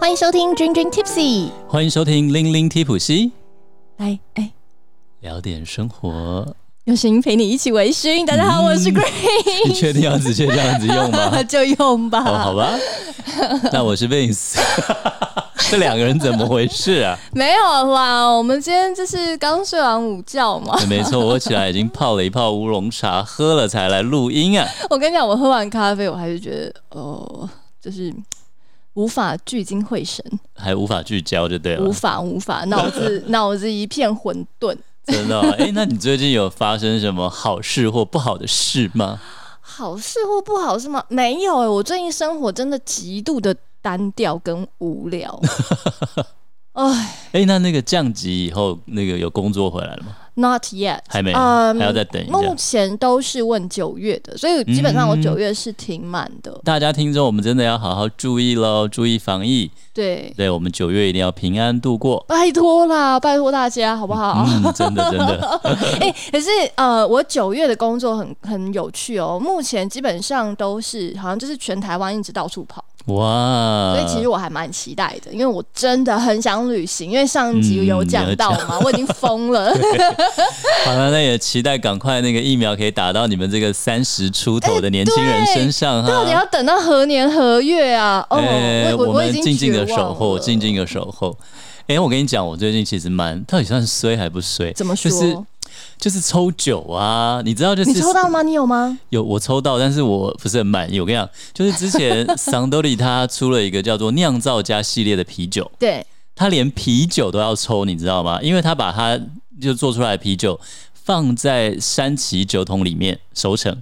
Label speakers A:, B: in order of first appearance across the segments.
A: 欢迎收听君君 Tipsy，
B: 欢迎收听《零零提普西》，
A: 来，哎，
B: 聊点生 活。
A: 用声音陪你一起微醺。大家好，我是 Grace，
B: 你确定要直接这样子用 吗？
A: 就用嗯吧。
B: 哦，好吧，那我是 Vince。这两个人怎么回事啊？
A: 没有啦，我们今天就是刚睡完午觉嘛。
B: 没错，我起来已经泡了一泡乌龙茶，喝了才来录音啊。
A: 我跟你讲，我喝完咖啡，我还是觉得，哦，就是无法聚精会神，
B: 还无法聚焦就对了
A: 无，法无法，脑 子脑子一片混沌。
B: 真的、哦。哎，那你最近有发生什么好事或不好的事吗？
A: 好事或不好是吗？没有哎、我最近生活真的极度的单调跟无 聊。哎
B: 哎，那那个降级以后，那个有工作回来了吗？
A: ，Not yet，
B: 还没，啊
A: 嗯
B: 还要再等一下。
A: 目前都是问九月的，所以基本上我
B: 嗯
A: 九月是挺满的。
B: 大家听众，我们真的要好好注意喽，注意防疫。
A: 对，
B: 对，我们九月一定要平安度过。
A: 拜托啦，拜托大家好不好？
B: 嗯，真的真的，
A: 哎、可是呃，我九月的工作很很有趣哦。目前基本上都是好像就是全台湾一直到处跑，
B: 哇！
A: 所以其实我还蛮期待的，因为我真的很想旅行。因为上一集有讲到
B: 嗯
A: 嘛，我已经疯 了。
B: 好了，那也期待赶快那个疫苗可以打到你们这个三十出头的年轻人身上
A: 到底
B: 哈。
A: 啊要等到何年何月啊？哦，
B: 哎
A: 我
B: 我
A: 我已
B: 们
A: 经
B: 静静的
A: 绝望
B: 守候，
A: 了
B: 静静的守候。哎，我跟你讲，我最近其实蛮，到底算衰还不衰？
A: 怎么说？
B: 就是就是抽酒啊，你知道，就是
A: 你抽到吗？你有吗？
B: 有我抽到，但是我不是很满意。我跟你讲，就是之前 桑多利他出了一个叫做酿造家系列的啤酒，
A: 对，
B: 他连啤酒都要抽，你知道吗？因为他把他就做出来的啤酒放在山崎酒桶里面熟成。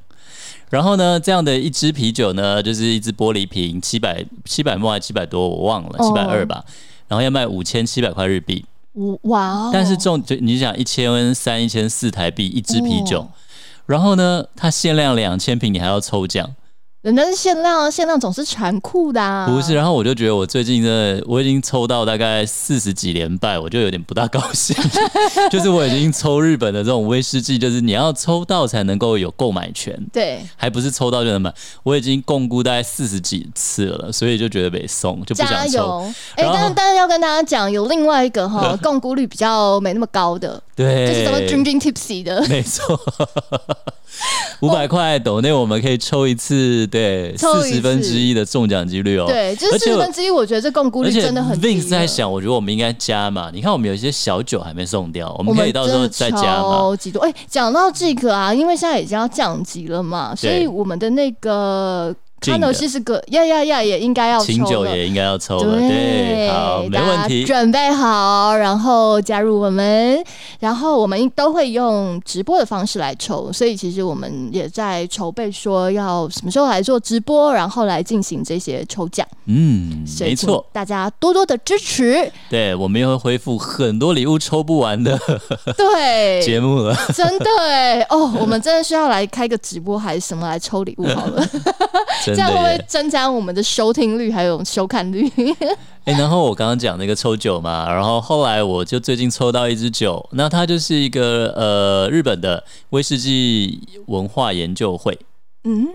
B: 然后呢，这样的一支啤酒呢，就是一只玻璃瓶，七百七百墨还七百多，我忘了，七百
A: 哦
B: 二吧。然后要卖五千七百块日币，
A: 我哇哦！
B: 但是重就你想一千三、一千四台币一支啤酒，
A: 哦
B: 然后呢，它限量两千瓶，你还要抽奖，
A: 人家是限量啊，限量总是残酷的、啊。
B: 不是？，然后我就觉得我最近真的，我已经抽到大概四十几连败，我就有点不大高 兴。就是我已经抽日本的这种威士忌，就是你要抽到才能够有购买权，
A: 对，
B: 还不是抽到就能买。我已经共估大概四十几次了，所以就觉得被送，就不
A: 加
B: 想抽。
A: 油！哎、
B: 然后
A: 但但是要跟大家讲，有另外一个 哈，共估率比较没那么高的，
B: 对，
A: 就是咱们君君 tipsy 的，
B: 哎 没错，五百块抖内我们可以抽一次，对，
A: 抽
B: 四
A: 一次
B: 十分之一的中奖几率哦。
A: 对，就是
B: 而
A: 四
B: 且
A: 十
B: 我
A: 分之一，我觉得这共估
B: 而
A: 率
B: 且
A: 真的很低
B: Vince 在
A: 了。
B: 想，我觉得我们应该加嘛。你看，我们有一些小酒还没送掉，我
A: 我
B: 们可
A: 们
B: 以到时候再
A: 真的
B: 加嘛。
A: 超级多哎，讲、到这个啊，因为现在已经要降级了嘛，所以
B: 对
A: 我们的那个
B: 敬
A: 康
B: 的
A: 德西是个呀呀呀，也应该要
B: 清
A: 抽
B: 酒
A: 了。
B: 也应该要抽了，
A: 对，
B: 哦对，好，没问
A: 大家
B: 题。
A: 准备好，然后加入我们，然后我们都会用直播的方式来抽，所以其实我们也在筹备说要什么时候来做直播，然后来进行这些抽奖。
B: 嗯，
A: 所以
B: 没错，
A: 请大家多多的支 持。
B: 对，我们又会恢复很多礼物抽不完的
A: 对，
B: 节目了。
A: 真的哎，哦，我们真的需要来开个直播还是什么来抽礼物好了， 这
B: 真的
A: 样会不会
B: 耶。
A: 增加我们的收听率还有收看率？
B: 哎、然后我刚刚讲那个抽酒嘛，然后后来我就最近抽到一支酒，那它就是一个呃日本的威士忌文化研究会，
A: 嗯，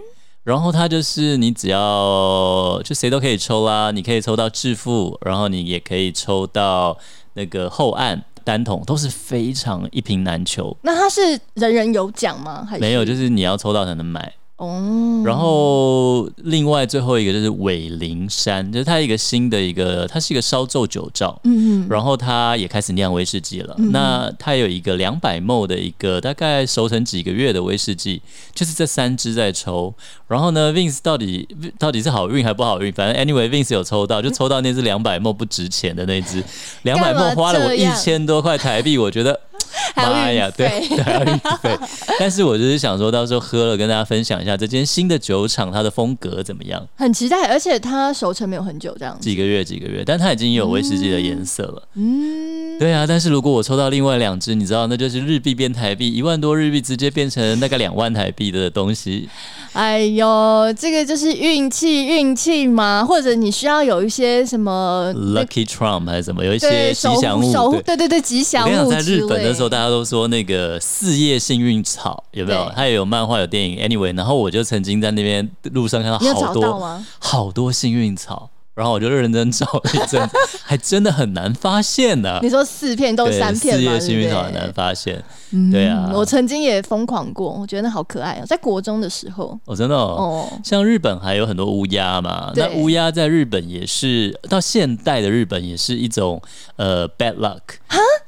B: 然后它就是你只要就谁都可以抽啦，你可以抽到致富，然后你也可以抽到那个后岸单桶，都是非常一瓶难求。
A: 那他是人人有奖吗？还是
B: 没有，就是你要抽到才能买。
A: 哦，
B: 然后另外最后一个就是尾灵山，就是它一个新的一个，它是一个烧酎酒窖，
A: 嗯嗯。
B: 然后它也开始酿威士忌了。
A: 嗯
B: 那它有一个两百 ml 的一个大概熟成几个月的威士忌，就是这三支在抽。然后呢，Vince 到底到底是好运还不好运？反正 anyway，Vince 有抽到，就抽到那只两百 ml 不值钱的那只，两百
A: 干嘛
B: ml 花了我
A: 这
B: 一
A: 样
B: 千多块台币，我觉得。
A: 还有
B: 妈呀，
A: 运
B: 对
A: 费，
B: 对还有运 费。但是我就是想说到时候喝了，跟大家分享一下这间新的酒厂它的风格怎么样，
A: 很期待，而且它熟成没有很久这样子。
B: 几个月几个月，但它已经有威士忌的颜色了。
A: 嗯，
B: 对啊，但是如果我抽到另外两只，你知道，那就是日币变台币，一万多日币直接变成大概两万台币的东西。
A: 哎呦，这个就是运气，运气嘛，或者你需要有一些什么那
B: Lucky Trump 还是什么，呃有一些
A: 对
B: 吉
A: 守
B: 祥
A: 护
B: 物。
A: 守护，对
B: 对
A: 对对，吉祥
B: 我跟你
A: 物
B: 讲，在日
A: 之
B: 本的
A: 类
B: 时候，大家都说那个四叶幸运草有没有
A: 对？
B: 它也有漫画，有电影。Anyway，然后我就曾经在那边路上看到
A: 你有
B: 好
A: 找到
B: 多
A: 吗？
B: 好多幸运草，然后我就认真找了一阵子，还真的很难发现呢、
A: 你说四片都
B: 对，
A: 三片
B: 四
A: 嘛，
B: 叶
A: 对
B: 幸运
A: 不
B: 草
A: 对
B: 很难发现，对啊
A: 嗯，我曾经也疯狂过，我觉得那好可爱哦、在国中的时候，
B: 哦，真的哦。
A: 哦，
B: 像日本还有很多乌鸦嘛，
A: 对
B: 那乌鸦在日本也是到现代的日本也是一种呃 bad luck，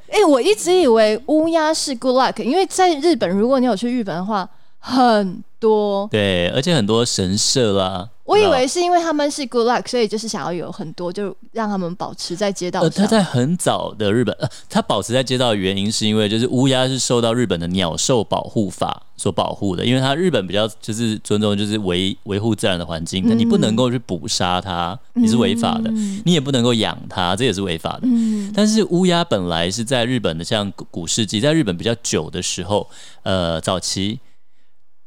A: 哎、我一直以为乌鸦是 good luck，因为在日本，如果你有去日本的话，很多。
B: 对，而且很多神社啦，
A: 我以
B: 你知道
A: 为是因为他们是 good luck，所以就是想要有很多，就让他们保持在街道
B: 呃，
A: 上。
B: 它在很早的日本，呃，它保持在街道的原因是因为就是乌鸦是受到日本的鸟兽保护法所保护的，因为它日本比较就是尊重就是维维护自然的环境，
A: 嗯
B: 你不能够去捕杀它，你是违法的，
A: 嗯
B: 你也不能够养它，这也是违法的。
A: 嗯，
B: 但是乌鸦本来是在日本的，像古古世纪，在日本比较久的时候，呃，早期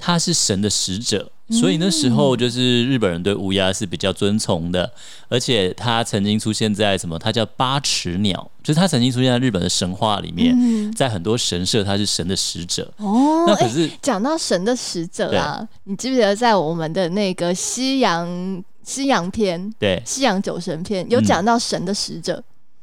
B: 它是神的使者，所以那时候
A: 嗯
B: 就是日本人对乌鸦是比较尊崇的，而且它曾经出现在什么？它叫八尺鸟，就是它曾经出现在日本的神话里面，在很多神社它是神的使者。
A: 嗯哦，
B: 那
A: 哎
B: 可是
A: 讲到神的使者啊，你记不记得在我们的那个西洋西洋篇、
B: 对，
A: 西洋九神篇有
B: 嗯
A: 讲到神的使者，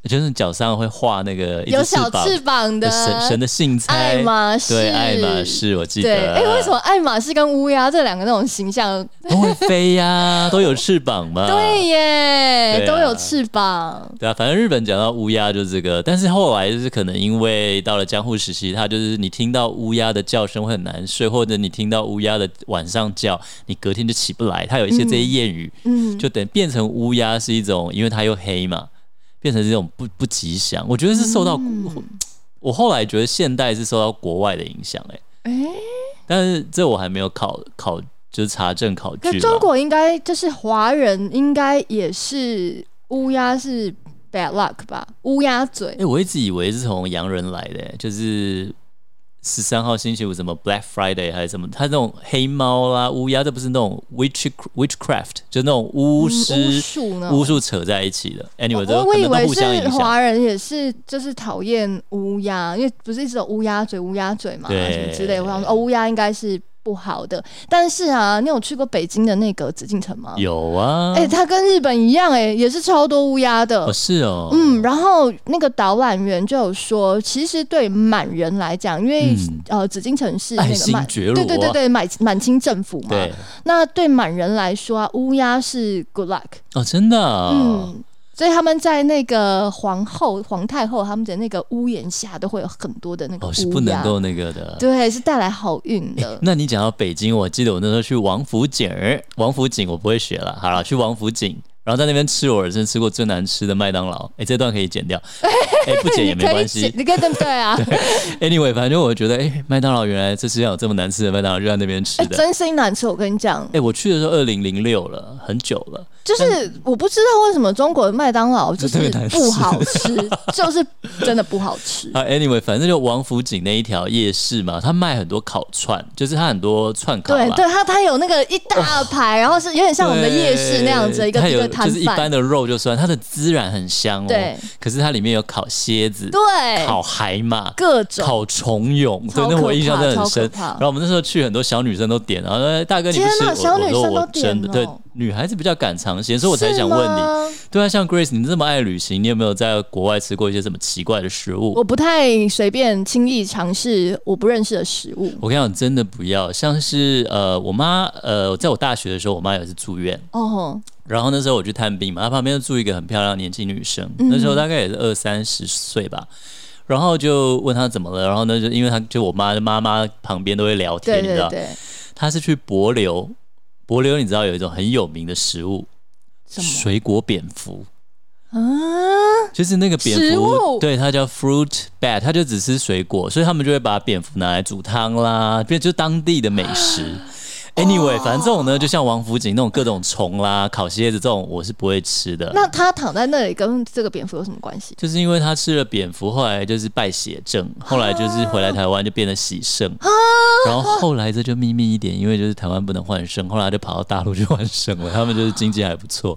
B: 就是脚上会画那个一只
A: 有小
B: 膀
A: 翅膀的
B: 神神的信
A: 爱
B: 差，
A: 马仕，
B: 对，爱马。仕，我记得。
A: 对，哎、为什么爱马仕跟乌鸦这两个那种形象？
B: 都会飞呀、都有翅膀嘛。
A: 对耶，
B: 对啊
A: 都有翅膀。
B: 对啊，反正日本讲到乌鸦就是这个，但是后来就是可能因为到了江户时期，它就是你听到乌鸦的叫声会很难睡，或者你听到乌鸦的晚上叫，你隔天就起不来。它有一些这些谚语，
A: 嗯，
B: 就等变成乌鸦是一种，因为它又黑嘛，变成这种不不吉祥。我觉得是受到、
A: 嗯
B: 我后来觉得现代是受到国外的影响，哎，
A: 哎、
B: 但是这我还没有考考就是查证考
A: 可
B: 据
A: 中
B: 嘛。
A: 国应该就是华人，应该也是乌鸦是 bad luck 吧？乌鸦嘴
B: 哎、我一直以为是从洋人来的、就是十三号星期五什么 Black Friday 还是什么，它那种黑猫啦、乌鸦，这不是那种 witch witchcraft，就那种巫
A: 嗯巫
B: 师、
A: 术呢？
B: 巫术扯在一起的。
A: 我
B: Anyway，这
A: 我
B: 可
A: 以
B: 能
A: 为
B: 都互相
A: 是
B: 影响。
A: 华人也是，就是讨厌乌鸦，因为不是一直有乌鸦嘴、乌鸦嘴嘛，
B: 对
A: 什么之类。我想说，哦，乌鸦应该是不好的。但是啊，你有去过北京的那个紫禁城吗？
B: 有啊，
A: 哎、它跟日本一样、哎，也是超多乌鸦的。
B: 哦是哦，
A: 嗯，然后那个导览员就有说，其实对满人来讲，因为、
B: 嗯
A: 呃紫禁城是那
B: 爱
A: 个
B: 新
A: 满，
B: 觉罗
A: 对
B: 啊
A: 对对对，满满清政府嘛。
B: 对
A: 那对满人来说啊，乌鸦是 good luck，、
B: 哦，真的啊、
A: 嗯，所以他们在那个皇后、皇太后他们的那个屋檐下都会有很多的那个乌鸦，
B: 哦是不能够那个的。
A: 对，是带来好运的。
B: 那你讲到北京，我记得我那时候去王府井儿，王府井我不会学了，好了，去王府井，然后在那边吃我人生吃过最难吃的麦当劳，哎、这段可 以剪掉，哎、不剪也
A: 你
B: 没
A: 可以
B: 关
A: 解，
B: 系。
A: 你可以对对 啊，
B: Anyway，反正我觉得，哎、麦当劳原来这世界上有这么难吃的麦当劳，就在那边吃
A: 哎，
B: 的。哎、
A: 真心难吃。我跟你讲，
B: 我去的时候二零零六了，很久了，
A: 就是
B: 嗯
A: 我不知道为什么中国的麦当劳就是
B: 特别难吃
A: 不好吃， 就是真的不好吃。
B: 啊，anyway，反正就王府井那一条夜市嘛，它卖很多烤串，就是它很多串烤
A: 对
B: 啦，
A: 对，它它有那个一大排，然后是有点像我们的夜市那样子一个
B: 它
A: 一个
B: 有
A: 摊
B: 就是一般
A: 贩。
B: 的肉就算，它的孜然很香哦，
A: 对，
B: 可是它里面有烤蝎子，
A: 对，
B: 烤海马。
A: 各种。
B: 烤虫蛹，对
A: 超，
B: 那
A: 可
B: 我印象
A: 怕
B: 真的
A: 超
B: 很
A: 可
B: 深。
A: 怕
B: 然后我们那时候去，很多小女生都点，然后说大哥你不吃，
A: 天哪
B: 我
A: 小女
B: 我说
A: 生
B: 我
A: 都点
B: 真的，
A: 哦
B: 对，女孩子比较敢尝鲜，所以我才
A: 是
B: 想问你，
A: 吗
B: 对啊，像 Grace，你这么爱旅行，你有没有在国外吃过一些什么奇怪的食物？
A: 我不太随便轻易尝试我不认识的食物。
B: 我跟你讲，真的不要，像是呃，我妈呃，在我大学的时候，我妈也是住院，
A: 哦，
B: 然后那时候我去探病嘛，她旁边就住一个很漂亮的年轻女生，
A: 嗯
B: 那时候大概也是二三十岁吧。然后就问她怎么了，然后呢，就因为她就我妈妈妈旁边都会聊天，
A: 对
B: 你知
A: 对
B: 道，
A: 对，
B: 她是去柏流，柏流你知道有一种很有名的食物，
A: 什么
B: 水果蝙蝠，
A: 啊？
B: 就是那个蝙
A: 食
B: 蝠
A: 物，
B: 对，它叫 fruit bat，它就只吃水果，所以他们就会把蝙蝠拿来煮汤啦，变就当地的美 食。Anyway，反正
A: 哦
B: 这种呢，就像王府井那种各种虫啦、烤蝎子这种，我是不会吃的。
A: 那他躺在那里跟这个蝙蝠有什么关系？
B: 就是因为他吃了蝙蝠，后来就是败血症，后来就是回来台湾就变得喜肾，
A: 啊
B: 然后后来这就秘密一点，因为就是台湾不能换肾，后来就跑到大陆去换肾了。他们就是经济还不错，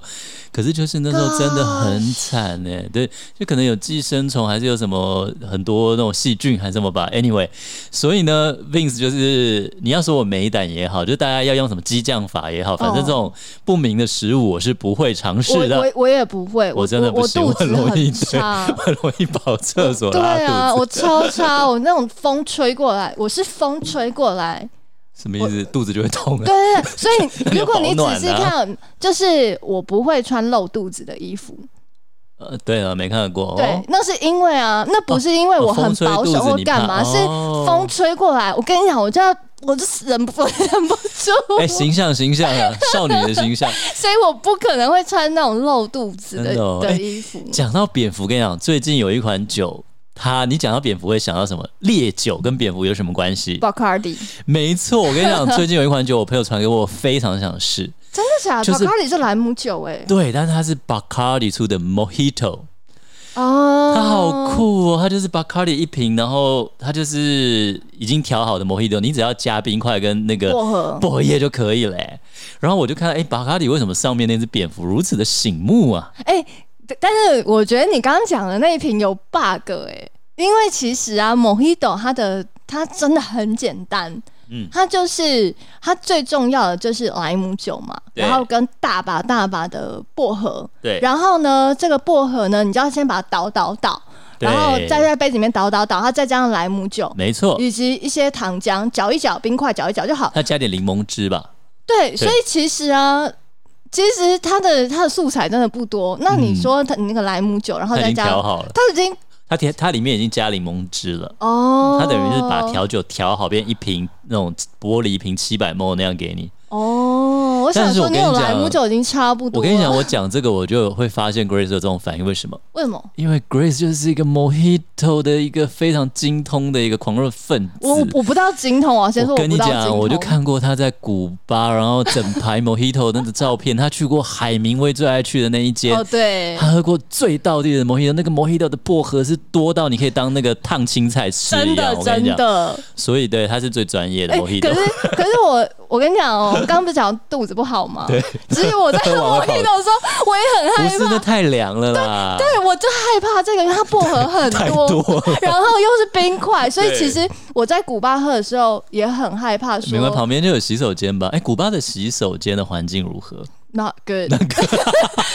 B: 可是就是那时候真的很惨哎、
A: 啊
B: 对，就可能有寄生虫，还是有什么很多那种细菌，还是什么吧。Anyway，所以呢，Vince 就是你要说我美胆也好，就大家要用什么激将法也好，反正这种不明的食物我是不会尝
A: 哦我
B: 试的。
A: 我我也不会，
B: 我真的不
A: 我
B: 行
A: 肚子
B: 我很容易
A: 很 差。
B: 很容易跑厕所
A: 对
B: 拉肚子，
A: 啊，我超差，我那种风吹过来，我是风吹过来，
B: 什么意思？肚子就会痛啊？
A: 对，所 以如果你
B: 保暖
A: 仔细
B: 啊
A: 看，就是我不会穿露肚子的衣服。
B: 呃，对啊，没看过。
A: 对
B: 哦，，
A: 那是因为啊，那不是因为我很保守或干嘛，
B: 哦
A: 是
B: 风吹肚子你怕哦
A: 风吹过来。我跟你讲，我就要，我就忍不 忍不住，
B: 哎、形象形象啊，少女的形 象。
A: 所以我不可能会穿那种露肚子的
B: 真的哦哎
A: 的衣服。
B: 讲到蝙蝠，跟你讲，最近有一款酒，它你讲到蝙蝠会想到什么？烈酒跟蝙蝠有什么关系？
A: Bacardi
B: 没错，我跟你讲，最近有一款酒，我朋友传给我，我非常想试。
A: 真的假的、
B: 就是
A: Bacardi 是兰姆酒哎、
B: 对，但是它是 Bacardi 出的 Mojito，
A: 哦，
B: 它好酷哦！它就是 Bacardi 一瓶，然后它就是已经调好的 Mojito，你只要加冰块跟那个
A: 薄 荷
B: 薄荷叶就可以嘞、然后我就看，哎、巴卡里为什么上面那只蝙蝠如此的醒目啊？
A: 哎、但是我觉得你刚刚讲的那一瓶有 bug 哎、因为其实啊，Mojito 它的它真的很简单，
B: 嗯
A: 它就是它最重要的就是莱姆酒嘛，
B: 对
A: 然后跟大把大把的薄荷，
B: 对
A: 然后呢，这个薄荷呢，你就要先把它倒倒倒，
B: 对
A: 然后再在杯子里面倒倒倒，它再加上莱姆酒。
B: 没错，
A: 以及一些糖浆，搅一搅，冰块搅一搅就好。
B: 它加点柠檬汁吧。
A: 对，所以其实啊，其实它的它的素材真的不多。那你说它你那个莱姆酒，然后
B: 它已
A: 哦再
B: 经
A: 加，
B: 嗯调好了，
A: 它已经
B: 它调它里面已经加柠檬汁了。
A: 哦，
B: 它等于是把调酒调好，变一瓶那种玻璃瓶七百 ml 那样给你。
A: 哦。我想
B: 但是
A: 说，
B: 我
A: 你
B: 跟你
A: 有
B: 讲
A: 莱姆酒已经差不多
B: 我
A: 了。
B: 跟你讲，我讲这个我就会发现 Grace 有这种反应，为什么？
A: 为什么？
B: 因为 Grace 就是一个 Mojito 的一个非常精通的一个狂热分子。
A: 我我不知道精通啊，先说
B: 我跟
A: 不
B: 你
A: 知道精
B: 讲，
A: 通。
B: 我就看过他在古巴，然后整 排 Mojito 那个照片，他去过海明威最爱去的那一间。
A: 哦，对，
B: 他喝过最道地的 Mojito，那个 Mojito 的薄荷是多到你可以当那个烫青菜吃
A: 真
B: 一样。
A: 的
B: 我跟
A: 真
B: 你讲，
A: 的。
B: 所以对他是最专业的
A: 哎，
B: Mojito。
A: 可是可是我我跟你讲哦，刚刚不是讲肚子不好 吗？对，其实我在喝
B: 我
A: 莫吉的时候，我也很
B: 不
A: 害
B: 是
A: 怕
B: 那。太凉了啦，
A: 对，我就害怕这个，因为它薄荷很
B: 太
A: 多，
B: 多 了
A: 然后又是冰块，所以
B: 对
A: 其实我在古巴喝的时候也很害怕说
B: 没关系，旁边就有洗手间吧。哎、古巴的洗手间的环境如何？
A: not good，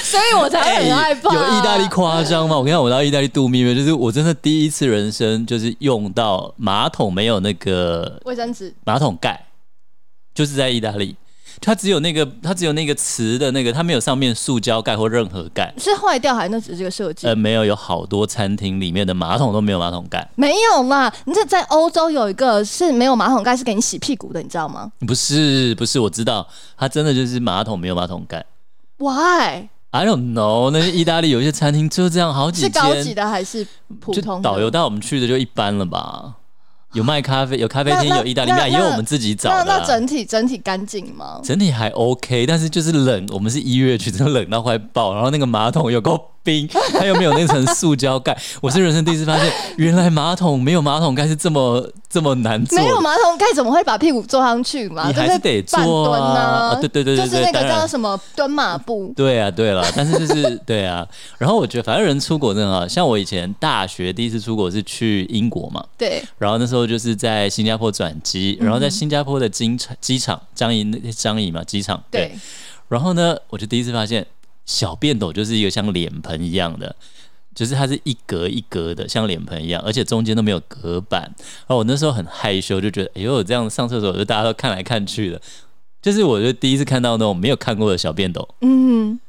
A: 所 以我才
B: 哎
A: 很害怕。
B: 有意大利夸张吗？我跟你讲，我到意大利度蜜月，就是我真的第一次人生就是用到马桶没有那个
A: 卫生纸，
B: 马桶盖，就是在意大利，它只有那个它只有那个瓷的那个，它没有上面塑胶盖或任何盖。
A: 是坏掉还是那只是个设计？
B: 呃，没有，有好多餐厅里面的马桶都没有马桶盖，
A: 没有啦，你这在欧洲有一个是没有马桶盖，是给你洗屁股的，你知道吗
B: 不是不是，我知道，它真的就是马桶没有马桶盖。
A: ？Why？
B: I don't know，那意大利有一些餐厅就这样，好几
A: 是
B: 间
A: 高级的还是普
B: 就
A: 通的？
B: 导游带我们去的就一般了吧。有卖咖啡，有咖啡厅，
A: 那那
B: 有意大利面，
A: 那
B: 也有
A: 那
B: 我们自己找
A: 那
B: 的啊、
A: 那整体整体干净吗？
B: 整体还 OK，但是就是冷，我们是一月去，真的冷到快爆，然后那个马桶有够冰，它又没有那层塑胶盖，我是人生第一次发现，原来马桶没有马桶盖是这么这么难做
A: 没有
B: 的。
A: 马桶盖怎么会把屁股坐上去嘛？
B: 你
A: 就
B: 还是得
A: 半
B: 坐
A: 蹲
B: 啊
A: 啊
B: 啊对对对对
A: 就是那
B: 对当
A: 个
B: 然
A: 叫什么蹲马步。
B: 对啊，对了，但是就是对啊，然后我觉得反正人出国真的好，像我以前大学第一次出国是去英国嘛，
A: 对，
B: 然后那时候就是在新加坡转机，然后在新加坡的机场机场樟宜那樟宜嘛机场
A: 对，
B: 然后呢，我就第一次发现小便斗就是一个像脸盆一样的。就是它是一格一格的，像脸盆一样，而且中间都没有隔板。然后我那时候很害羞，就觉得，哎呦，我这样上厕所就大家都看来看去的，就是我就第一次看到那种没有看过的小 便斗。
A: 嗯，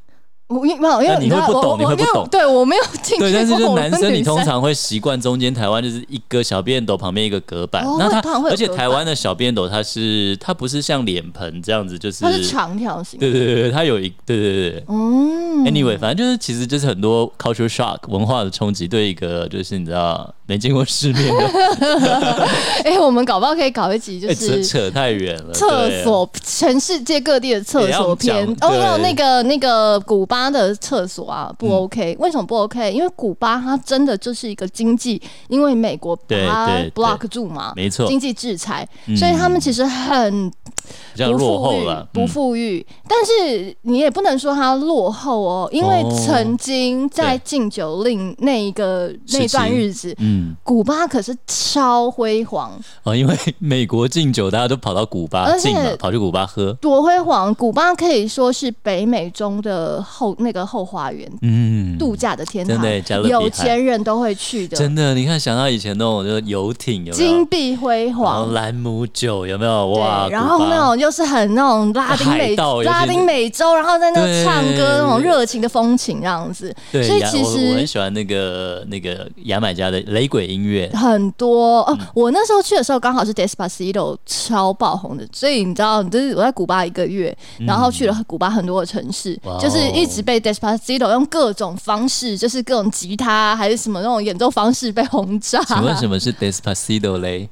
A: 我因没有，因
B: 但
A: 为
B: 你会
A: 知道
B: 不懂
A: 我
B: 你会
A: 我没有
B: 不懂
A: 对我没有进去过。
B: 对，但是就
A: 我
B: 男
A: 们
B: 生，
A: 女
B: 你通常会习惯中间台湾就是一个小便斗旁边一个隔板，
A: 哦
B: 那它
A: 会通常会有
B: 而且
A: 隔板
B: 台湾的小便斗它是它不是像脸盆这样子，就是
A: 它是长条形。
B: 对对对对，它有一对对对。
A: 嗯
B: Anyway，反正就是，其实就是很多 culture shock 文化的冲击，对一个就是你知道没见过世 面的，
A: 哎、我们搞不好可以搞一集，就
B: 哎扯
A: 是
B: 扯太远了。
A: 厕
B: 对啊
A: 所，全世界各地的厕
B: 也要
A: 所篇
B: 讲。
A: 哦，
B: 对嗯
A: 还有那个那个古巴的厕所啊，不 OK，、为什么不 OK？因为古巴它真的就是一个经济，因为美国把
B: 对
A: 它
B: 对对
A: block 住嘛，
B: 没错
A: 经济制裁，
B: 嗯
A: 所以他们其实很
B: 比较
A: 不
B: 落
A: 富
B: 后
A: 裕
B: 了，，
A: 不
B: 嗯
A: 富裕。但是你也不能说它落后哦，因为
B: 哦
A: 曾经在禁酒令那一个
B: 时
A: 那段
B: 期
A: 日子，
B: 嗯，
A: 古巴可是超辉煌，
B: 哦，因为 美国禁酒，大家都跑到古巴
A: 而且
B: 禁嘛，跑去古巴喝，
A: 多辉煌！古巴可以说是北美中的后那个后花园，
B: 嗯，
A: 度假的天堂
B: 真的耶加勒，比海
A: 有钱人都会去的，
B: 真的，你看想到以前那种就是游艇有没
A: 金
B: 有？
A: 碧辉
B: 然后
A: 煌。
B: 兰姆酒有没有？
A: 对
B: 哇，，
A: 然后
B: 古巴
A: 那种又是很那种拉丁
B: 海
A: 美
B: 盗尤其是
A: 拉丁美洲，然后在那
B: 对
A: 唱歌那种热情的风情这样子，
B: 对，
A: 所以
B: 牙
A: 其
B: 我我很
A: 实
B: 喜欢那个那个牙买加的雷鬼音乐，
A: 很多哦。
B: 嗯
A: 我那时候去的时候刚好是 Despacito 超爆红的，所以你知道，就是我在古巴一个月，然后去了古巴很多的城市，
B: 嗯哇哦
A: 就是一直被 Despacito 用各种方式，就是各种吉他还是什么那种演奏方式被轰炸。
B: 请问 什么是 Despacito 嘞？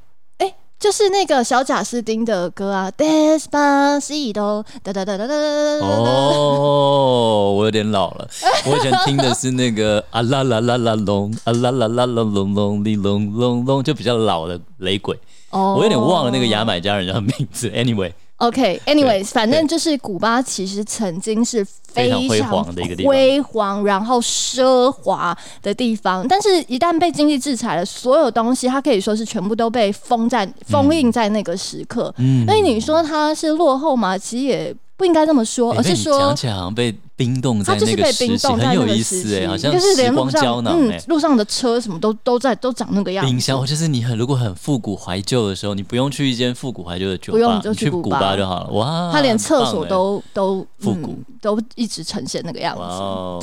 A: 就是那个小贾斯汀的歌啊，Despacito，哒哒哒哒哒哒哒哒。
B: 哦，我有点老了，我以前听的是那个啊啦啦啦啦隆啊啦啦啦啦隆隆哩隆隆隆，就比较老的雷鬼，
A: 哦
B: 我有点忘了那个牙买加人叫名字。Anyway，
A: OK，anyways，、
B: 对
A: 反正就是古巴其实曾经是非常
B: 非常辉煌的一个地方
A: 辉煌然后奢华的地方。但是，一旦被经济制裁了，所有东西它可以说是全部都被封在封印在那个时刻。
B: 嗯
A: 所以你说它是落后吗？其实也不应该这么说，
B: 诶
A: 而
B: 被
A: 哦是
B: 哎你讲
A: 说。
B: 起来好像被冰冻
A: 它
B: 在
A: 就
B: 那
A: 是
B: 个
A: 被
B: 时
A: 冰
B: 期，
A: 冻
B: 很
A: 在那
B: 有
A: 个
B: 意
A: 时
B: 思
A: 期，
B: 哎，好像
A: 就是
B: 时
A: 连
B: 光
A: 路
B: 胶
A: 上
B: 囊哎
A: 嗯。路上的车什么都都在都长那个样子。
B: 冰箱，就是你很如果很复古怀旧的时候，你不用去一间复古怀旧的酒吧，
A: 不用你就
B: 你
A: 去
B: 去
A: 古
B: 古
A: 巴
B: 巴就好了。哇，
A: 它连厕所
B: 很棒哎
A: 都都
B: 复古
A: 嗯，都一直呈现那个样
B: 哇
A: 子。
B: 哦，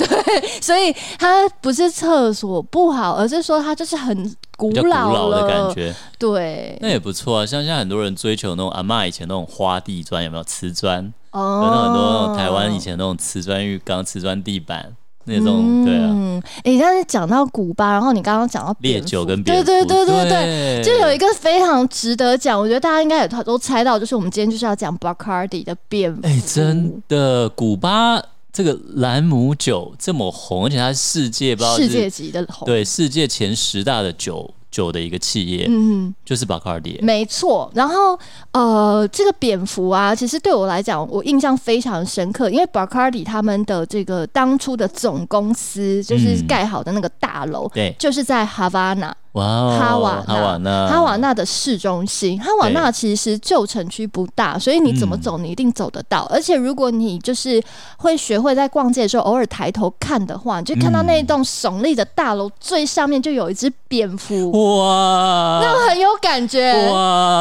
A: 所以它不是厕所不好，而是说它就是很古
B: 比较古
A: 老
B: 老
A: 了。
B: 的感觉，
A: 对
B: 那，也不错啊。像现在很多人追求那种阿嬷以前那种花地砖，有没有瓷砖？有
A: 哦
B: 那种很多那种台湾以前那种瓷砖浴缸、瓷砖地板那种，对啊，
A: 嗯，诶但是讲到古巴，然后你刚刚讲到
B: 烈
A: 蝙蝠
B: 酒跟蝙
A: 对
B: 蝠，
A: 对对对对。
B: 对
A: 就有一个非常值得讲，我觉得大家应该也都猜到，就是我们今天就是要讲 Bacardi 的蝙蝠。
B: 哎、真的，古巴这个兰姆酒这么红，而且它是世界不知道
A: 世
B: 是
A: 界级的红。，
B: 对世界前十大的酒酒的一个企业，
A: 嗯。
B: 就是巴卡尔迪。
A: 没错，然后呃，这个蝙蝠啊，其实对我来讲，我印象非常深刻，因为 Bacardi 他们的这个当初的总公司就是
B: 嗯
A: 盖好的那个大楼。
B: 对，
A: 就是在哈瓦那，
B: 哇哦，
A: 哈瓦
B: 哈瓦那，
A: 哈瓦那的市中心。哈瓦那其实旧城区不大，所以你怎么走，你一定走得到。而且如果你就是会学会在逛街的时候偶尔抬头看的话，你就看到
B: 嗯
A: 那一栋耸立的大楼最上面就有一只蝙蝠，
B: 哇
A: 那 很有感觉。
B: 哇，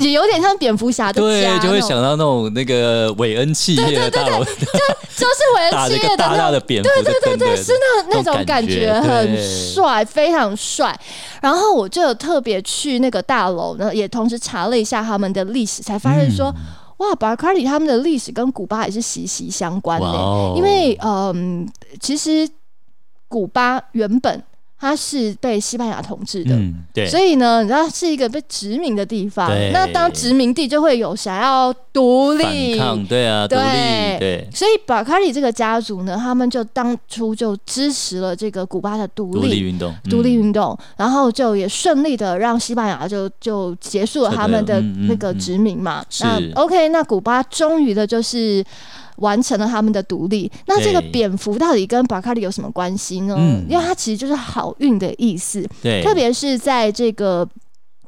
A: 也有点像蝙蝠侠的家
B: 对，
A: 那种，
B: 就会想到那种那个韦恩企业的大楼，
A: 就是韦
B: 打
A: 恩
B: 着一
A: 企
B: 个
A: 业的
B: 大大
A: 那
B: 的
A: 种。
B: 蝙蝠的
A: 对
B: 灯，
A: 对，是那那
B: 那种
A: 种感
B: 感
A: 觉
B: 觉
A: 很
B: 对
A: 帅，非常帅。然后我就有特别去那个大楼，呢，也同时查了一下他们的历史，才发现说，
B: 嗯
A: 哇，巴卡里他们的历史跟古巴也是息息相关的、欸
B: 哇哦
A: 因为嗯，其实古巴原本它是被西班牙统治的，
B: 嗯，对，
A: 所以呢，你知道是一个被殖民的地方
B: 对，
A: 那当殖民地就会有想要独立
B: 反。抗，对啊，独
A: 对
B: 立，对，
A: 所以巴卡里这个家族呢，他们就当初就支持了这个古巴的独
B: 独立
A: 立
B: 运动，
A: 独立
B: 嗯
A: 运动，然后就也顺利的让西班牙就就结束了他们的
B: 这个嗯嗯
A: 那个
B: 嗯
A: 殖民嘛。
B: 是
A: 那 OK，那古巴终于的就是。完成了他们的独立，那这个
B: 对
A: 蝙蝠到底跟巴卡里有什么关系呢？
B: 嗯
A: 因为它其实就是好运的意思。
B: 对，
A: 特别是在这个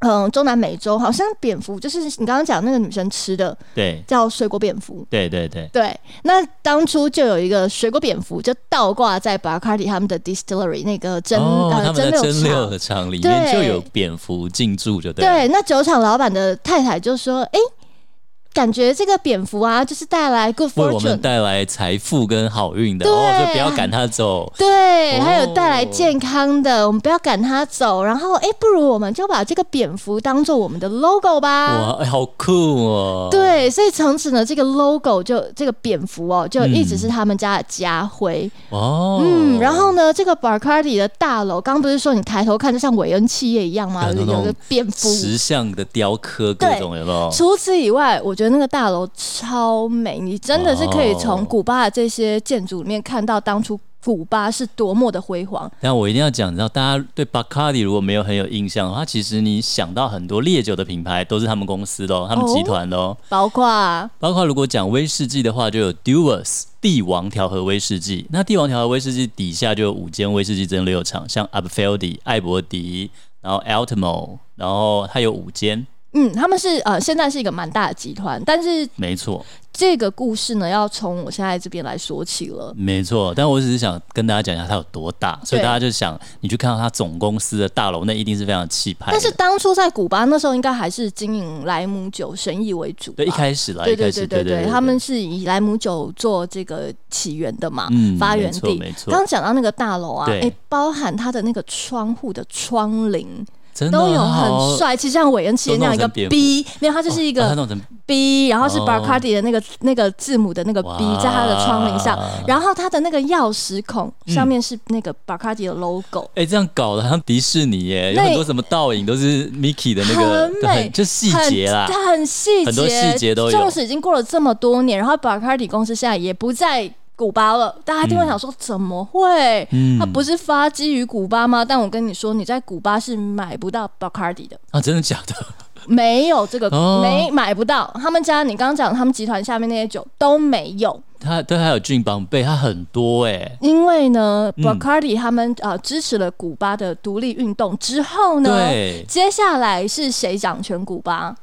A: 嗯中南美洲，好像蝙蝠就是你刚刚讲那个女生吃的
B: 对，
A: 叫水果蝙蝠。
B: 对对对，
A: 对，那当初就有一个水果蝙蝠，就倒挂在巴卡迪他们的 distillery 那个蒸、
B: 哦，他
A: 呃
B: 们的
A: 六
B: 蒸馏
A: 厂。
B: 的厂里
A: 对
B: 面就有蝙蝠进驻，就对了，
A: 对，那酒厂老板的太太就说：“哎、感觉这个蝙蝠啊，就是带来 good
B: 为我们
A: fortune，
B: 带来财富跟好运的，
A: 对
B: 哦，所以不要赶他走，
A: 对，还有
B: 哦
A: 带来健康的，我们不要赶它走。然后，哎、不如我们就把这个蝙蝠当做我们的 logo 吧。
B: 哇，哎，好酷哦！，
A: 啊对，所以从此呢，这个 logo 就这个蝙蝠哦，就一直
B: 嗯
A: 是他们家的家徽。
B: 哦，
A: 嗯，然后呢，这个 Bacardi 的大楼，刚不是说你抬头看就像韦恩企业一样吗？
B: 对
A: 有
B: 那种
A: 个蝙蝠。
B: 石像的雕刻各
A: 对
B: 种有没有？
A: 除此以外，我觉得那个大楼超美，你真的是可以从
B: 哦
A: 古巴的这些建筑里面看到当初古巴是多么的辉煌。
B: 但我一定要讲，你知道，大家对 Bacardi 如果没有很有印象的话，其实你想到很多烈酒的品牌都是他们公司的、哦，他们集团的哦。
A: 包括
B: 包括如果讲威士忌的话，就有 Dewars 帝王调和威士忌。那帝王调和威士忌底下就有五间威士忌蒸馏厂，像 Abfeldi、艾伯迪，然后 Altimo，然后它有五间，
A: 嗯，他们是呃，现在是一个蛮大的集团，但是
B: 没错。
A: 这个故事呢，要从我现在这边来说起了。
B: 没错，但我只是想跟大家讲一下它有多大，所以
A: 对
B: 大家就想，你去看到它总公司的大楼，那一定是非常气派的。
A: 但是当初在古巴那时候，应该还是经营莱姆酒生意为主吧。
B: 对一开始啦，
A: 对
B: 一开
A: 对
B: 始
A: 对
B: 对
A: 对，他们是以莱姆酒做这个起源的嘛，
B: 嗯
A: 发源
B: 没错
A: 地。
B: 没错
A: 刚刚讲到那个大楼啊，
B: 对
A: 诶，包含它的那个窗户的窗棂
B: 真的
A: 都有
B: 好哦
A: 很，帅气，像韦恩企业那样一个
B: 都弄成蝙蝠
A: B，没有，它就是一
B: 把它
A: 个
B: 弄成
A: B，然后是
B: 哦
A: Bacardi 的那个那个字母的那个 B
B: 哇
A: 在它的窗棂上，然后它的那个钥匙孔
B: 嗯
A: 上面是那个 Bacardi 的 logo。
B: 哎、这样搞得好像迪士尼耶，有
A: 那
B: 很多什么倒影都是 Mickey 的那个，
A: 很
B: 对
A: 美
B: 就细节啦
A: 很。它很细节，
B: 很多细节都有
A: 纵使已经过了这么多年，然后 Bacardi 公司现在也不在古巴了，大家一定会想说，怎么会？
B: 嗯
A: 它不是发基于古巴吗？但我跟你说，你在古巴是买不到 Bacardi 的，
B: 啊，真的假的？
A: 没有这个，
B: 哦
A: 没买不到。他们家，你刚刚讲他们集团下面那些酒都没有，
B: 它对，还有俊邦贝，它很多哎。
A: 因为呢
B: 嗯
A: ，Bacardi 他们呃支持了古巴的独立运动之后呢，
B: 对，
A: 接下来是谁掌权古巴？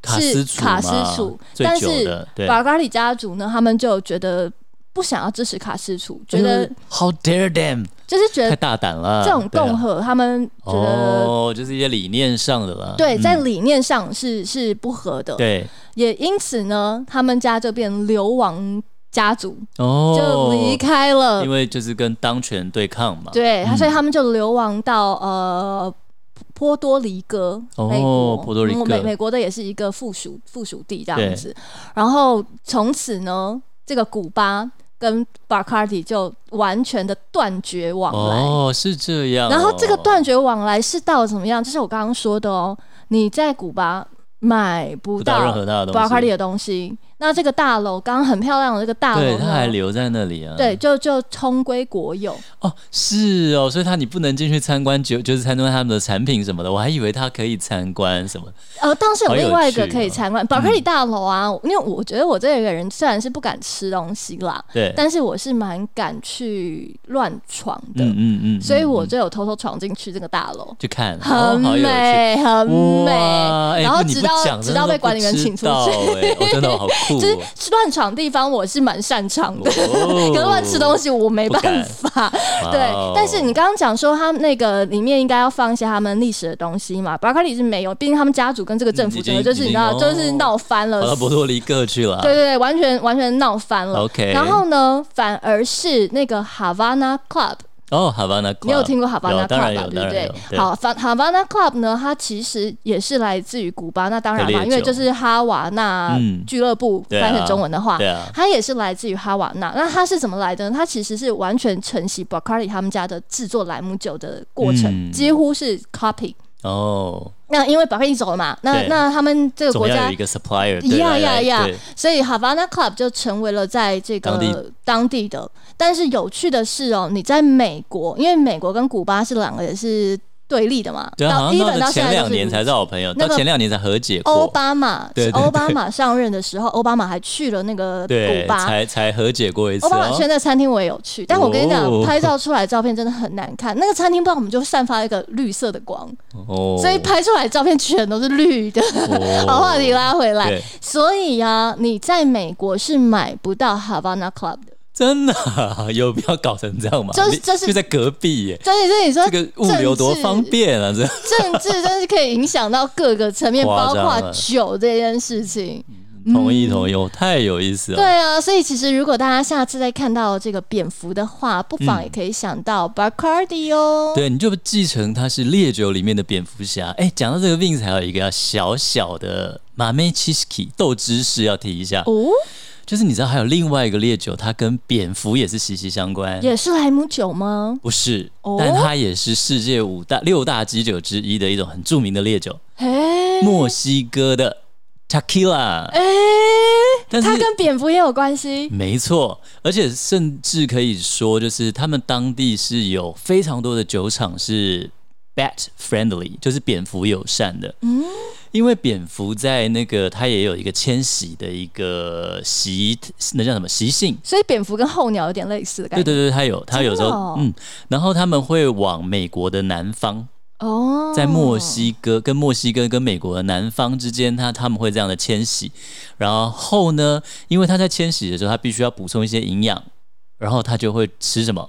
B: 卡
A: 是
B: 斯楚
A: 卡
B: 嘛，
A: 斯楚
B: 最
A: 但
B: 久
A: 是
B: 的，对，
A: 瓦嘎里家族呢，他们就觉得不想要支持卡斯楚，觉得、
B: How 嗯 dare them，
A: 就是觉
B: 太
A: 得
B: 大胆了。
A: 这种
B: 对啊
A: 共和，他们觉得。
B: 哦，就是一些理念上的啦。
A: 对，
B: 嗯
A: 在理念上是是不合的，
B: 对
A: 也因此呢，他们家就变流亡家族，
B: 哦，
A: 就离，开了
B: 因。为就是跟当权对抗嘛。
A: 对，
B: 嗯
A: 所以他们就流亡到呃波多黎各，
B: 哦
A: 美国，嗯
B: 波多黎各
A: 美美国的也是一个附属附属地这
B: 对
A: 样子。然后从此呢，这个古巴跟 Bacardi 就完全的断绝往来。
B: 哦，是这样哦。
A: 然后这个断绝往来是到怎么样？就是我刚刚说的哦，你在古巴买不
B: 不到任
A: 到
B: 何大的东西
A: Bacardi，的东西，那这个大楼刚刚很漂亮的这个大楼
B: 对，它还
A: 呢，
B: 留在那里啊。
A: 对，就就通归国有。
B: 哦，是哦，所以他你不能进去参观，就就是参观他们的产品什么的。我还以为他可以参观什么，
A: 呃，当时有
B: 好有
A: 另外一个
B: 趣
A: 可以
B: 哦
A: 参观宝克利大楼啊，因为我觉得我这个人虽然是不敢吃东西啦，
B: 对，
A: 但是我是蛮敢去乱闯的，
B: 嗯嗯嗯，
A: 所以我
B: 嗯
A: 就有偷偷闯进去这个大楼，
B: 去看，
A: 很
B: 哦、好有趣。
A: 美，很美。
B: 哇哎
A: 然后
B: 不你
A: 直
B: 不
A: 到
B: 讲
A: 直
B: 真的
A: 到
B: 都
A: 被管
B: 不
A: 理员
B: 知
A: 请出
B: 道
A: 去
B: 哎我真的好酷、哦，
A: 就是乱闯地方，我是蛮擅长的，
B: 哦
A: 可是乱吃东西我没
B: 不
A: 办
B: 敢
A: 法。
B: 哇
A: 对
B: 哦，
A: 但是你刚刚讲说他们那个里面应该要放一些他们历史的东西嘛，巴卡里是没有，毕竟他们家族跟这个政
B: 嗯
A: 府
B: 已
A: 整个
B: 经
A: 就是
B: 已
A: 你知
B: 经
A: 道，就是
B: 哦
A: 闹翻
B: 跑
A: 了
B: 到，波多黎各去了啊，
A: 对对对，完全完全闹翻了。
B: OK
A: 然后呢，反而是那个 Havana Club，
B: 哦，哈巴那，
A: 你有听过 Havana
B: 有当然
A: Club 吧对
B: 有，？当
A: 不
B: 然
A: 对
B: 有，？
A: 好，反 Havana Club 呢，它其实也是来自于古巴，那当然
B: 的烈
A: 嘛，
B: 酒
A: 因为就是哈瓦那
B: 嗯
A: 俱乐部
B: 对啊
A: 翻成中文的话
B: 对。啊，
A: 它也是来自于哈瓦那，那它是怎么来的呢？它其实是完全承袭 Bacardi 他们家的制作莱姆酒的过程，
B: 嗯
A: 几乎是 copy。
B: 哦，
A: 那因为 Bacardi 走了嘛，那
B: 对
A: 那他们这个
B: 总
A: 国
B: 要
A: 家
B: 有一个 supplier，对
A: 呀
B: 来
A: 呀
B: 来
A: 呀
B: 对！
A: 所以 Havana Club 就成为了在这
B: 当
A: 个
B: 地
A: 当地的。但是有趣的是哦，你在美国，因为美国跟古巴是两个也是对立的嘛，
B: 对啊，好
A: 一
B: 像
A: 本
B: 到
A: 到
B: 了
A: 现
B: 前
A: 在
B: 两
A: 都是
B: 年
A: 如
B: 才
A: 此
B: 是好朋友，
A: 那
B: 到
A: 个
B: 前两年才和解
A: 奥
B: 过，
A: 巴马，
B: 对对对
A: 奥巴马上任的时候，奥巴马还去了那个
B: 对，
A: 古巴。
B: 才才和解过一次
A: 奥巴马
B: 哦
A: 去。的那个餐厅我也有去，但我跟你讲，
B: 哦
A: 拍照出来的照片真的很难看。那个餐厅不知道我们就散发一个绿色的光，
B: 哦，
A: 所以拍出来的照片全都是绿的。
B: 哦
A: 好，话题拉回来，
B: 对，
A: 所以呀、你在美国是买不到 Havana Club 的，
B: 真的啊、有必要搞成这样吗？
A: 就是就是呃
B: 就在隔壁耶，
A: 所以所以你说
B: 这个物流多方便啊！这
A: 政治真是可以影响到各个层面，包
B: 夸张了啊
A: 括酒这件事情。
B: 同意同意，我太有意思
A: 嗯对
B: 了。
A: 啊，所以其实如果大家下次再看到这个蝙蝠的话，不妨
B: 嗯
A: 也可以想到 Bacardi 哦。
B: 对，你就继承它是烈酒里面的蝙蝠侠。哎，讲到这个 Vince，还有一个要小小的马妹 c h i s k i 豆知识要提一下，
A: 哦，
B: 就是你知道还有另外一个烈酒，它跟蝙蝠也是息息相关。
A: 也是莱姆酒吗？
B: 不是
A: 哦，
B: 但它也是世界五大六大基酒之一的一种很著名的烈酒，
A: 哎
B: 墨西哥的 Tequila。
A: 哎，
B: 但是
A: 它跟蝙蝠也有关系。
B: 没错，而且甚至可以说，就是他们当地是有非常多的酒厂是 bat friendly，就是蝙蝠友善的。嗯，因为蝙蝠在那个它也有一个迁徙的一个习，那叫什么习性？
A: 所以蝙蝠跟候鸟有点类似的感
B: 对
A: 觉。
B: 对对，它有，它有时候、
A: 真的哦
B: 嗯，然后他们会往美国的南方，
A: 哦，
B: 在墨西哥跟墨西哥跟美国的南方之间，它他们会这样的迁徙。然后呢，因为它在迁徙的时候，它必须要补充一些营养，然后它就会吃什么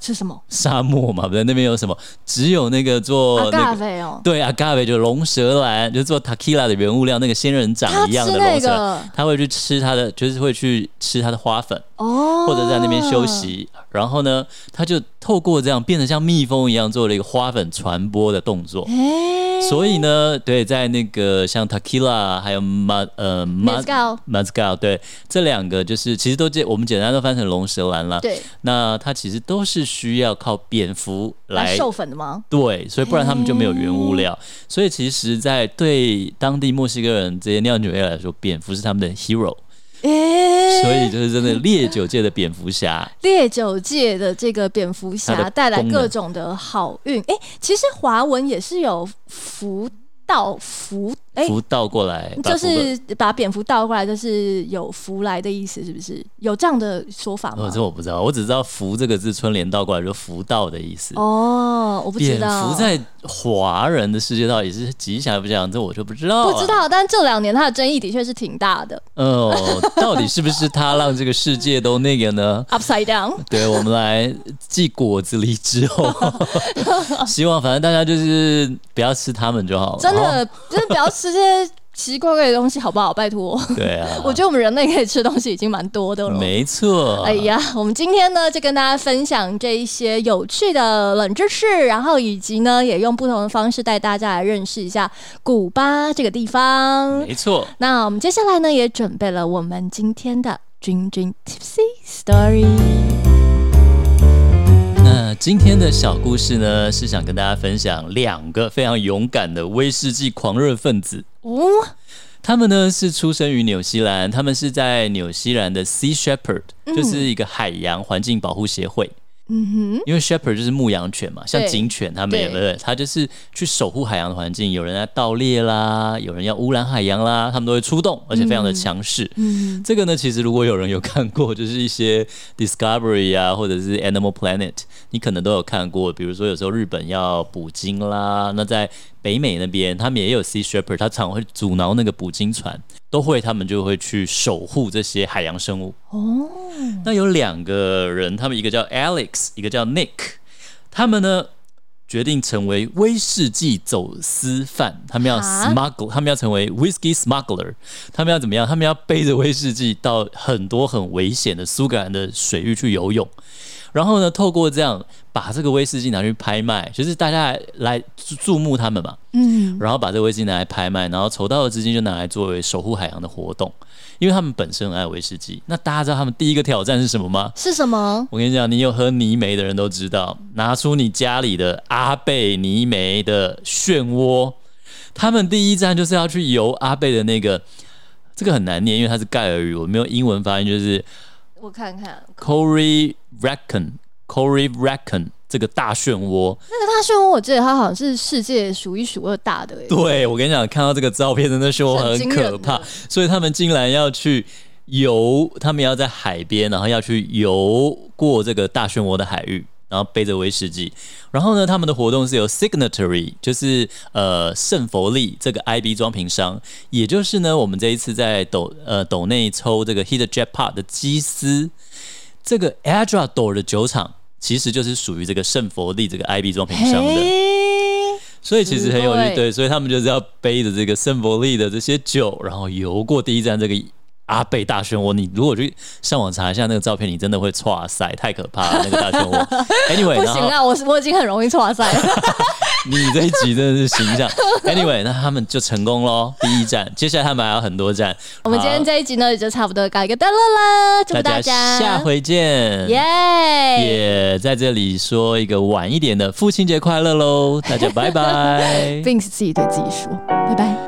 A: 是什么？
B: 沙漠嘛，不对，那边有什么？只有那个做
A: 阿
B: 呃那
A: 嘎
B: 个。
A: 啡哦，
B: 对啊，咖啡就龙舌兰，就做 tequila 的原物料，那个仙人掌
A: 他
B: 一样
A: 吃
B: 的啊
A: 那
B: 龙舌兰，
A: 个
B: 它会去吃它的，就是会去吃它的花粉，
A: 哦，
B: 或者在那边休。息。然后呢，它就透过这样变得像蜜蜂一样，做了一个花粉传播的动作。
A: 哎，
B: 所以呢，对，在那个像 Tequila 还有 Ma 呃 Ma
A: Mezcal
B: Mazgal，对，这两个就是其实都简我们简单都翻成龙舌兰了。
A: 对，
B: 那它其实都是需要靠蝙蝠来
A: 来哎授粉的吗？
B: 对，所以不然他们就没有原物料。所以其实，在对当地墨西哥人这些酿酒业来说，蝙蝠是他们的 hero，
A: 哎，
B: 所以就是真的烈酒界的蝙蝠侠。
A: 烈酒界的这个蝙蝠
B: 它
A: 侠
B: 的
A: 带来
B: 功能
A: 各种的好运。哎，其实华文也是有福到福，哎，
B: 福倒过来，把
A: 就
B: 福的
A: 是把蝙蝠倒过来，就是有福来的意思，是不是？有这样的说法
B: 哦，
A: 吗？
B: 这我不知道，我只知道“福”这个字春联倒过来就福到的意思。
A: 哦，我不知
B: 蝙
A: 道，
B: 蝠在华人的世界到底是吉祥不吉祥，这我就不知道、
A: 不知。道，但这两年它的争议的确是挺大的
B: 哦、到底是不是他让这个世界都那个 呢？
A: ，upside down。
B: 对，我们来继果子狸之 后，希望反正大家就是不要吃它们就好了。
A: 真的，真的不要吃这些奇奇怪怪的东西，好不好？拜 托，
B: 哦，对啊，
A: 我觉得我们人类可以吃东西已经蛮多的了。
B: 没啊错。
A: 哎呀，我们今天呢就跟大家分享这一些有趣的冷知识，然后以及呢也用不同的方式带大家来认识一下古巴这个地方。
B: 没错。
A: 那我们接下来呢也准备了我们今天的君君 Tipsy Story。
B: 那今天的小故事呢，是想跟大家分享两个非常勇敢的威士忌狂热分子。
A: 哦，
B: 他们呢是出生于纽西兰，他们是在纽西兰的 Sea Shepherd，、就是一个海洋环境保护协会。
A: 嗯哼，
B: 因为 shepherd 就是牧羊犬嘛，像
A: 对
B: 警犬他们也不
A: 对
B: 对，他就是去守护海洋的环境，有人在盗猎啦，有人要污染海洋啦，他们都会出动，而且非常的强势。
A: 嗯，
B: 这个呢，其实如果有人有看过，就是一些 Discovery 啊，或者是 Animal Planet，你可能都有看过。比如说，有时候日本要捕鲸啦，那在北美那边，他们也有 Sea Shepherd，他常会阻挠那个捕鲸船，都会他们就会去守护这些海洋生物。
A: 哦，
B: 那有两个人，他们一个叫 Alex，一个叫 Nick，他们呢决定成为威士忌走私犯，他们要
A: 啊
B: smuggle，他们要成为 whisky smuggler，他们要怎么样？他们要背着威士忌到很多很危险的苏格兰的水域去游泳。然后呢，透过这样把这个威士忌拿去拍卖，就是大家来来注注目他们嘛。
A: 嗯，
B: 然后把这个威士忌拿来拍卖，然后筹到的资金就拿来作为守护海洋的活动，因为他们本身很爱威士忌。那大家知道他们第一个挑战是什么吗？
A: 是什么？
B: 我跟你讲，你有喝泥煤的人都知道，拿出你家里的阿贝泥煤的漩涡，他们第一站就是要去游阿贝的那个，这个很难念，因为它是盖尔语，我没有英文发音，就是
A: 我看看，
B: Corey Reckon Corey Reckon 这个大漩涡。
A: 那个大漩涡，我记得它好像是世界数一数二大的、欸，
B: 对，我跟你讲，看到这个照片真的是我
A: 很
B: 很
A: 惊人
B: 可
A: 的
B: 怕，所以他们竟然要去游，他们要在海边，然后要去游过这个大漩涡的海域。然后背着威士忌，然后呢，他们的活动是由 Signatory，就是呃圣佛利这个 IB 装瓶商，也就是呢我们这一次在斗呃斗内抽这个 Hit the Jackpot 的基斯，这个 a d r a d o r 的酒厂其实就是属于这个圣佛利这个 IB 装瓶 商的。
A: 嘿，
B: 所以其实很有
A: 死
B: 趣，
A: 对
B: 对，所以他们就是要背着这个圣伯利的这些酒，然后游过第一站这个阿贝大漩涡。你如果去上网查一下那个照片，你真的会哇塞，太可怕了那个大 漩涡。anyway，
A: 不
B: 然
A: 行
B: 后
A: 啊，我我已经很容易错赛 了。
B: 你这一集真的是形象。anyway，那他们就成功喽，第一站，接下来他们还有很多站。
A: 我们今天
B: 好
A: 这一集呢，也就差不多告一个段落啦，祝福
B: 大
A: 家
B: 下回见。
A: 耶
B: 也在这里说一个晚一点的父亲节快乐喽，大家拜拜
A: ，Vince 自己对自己说，拜拜。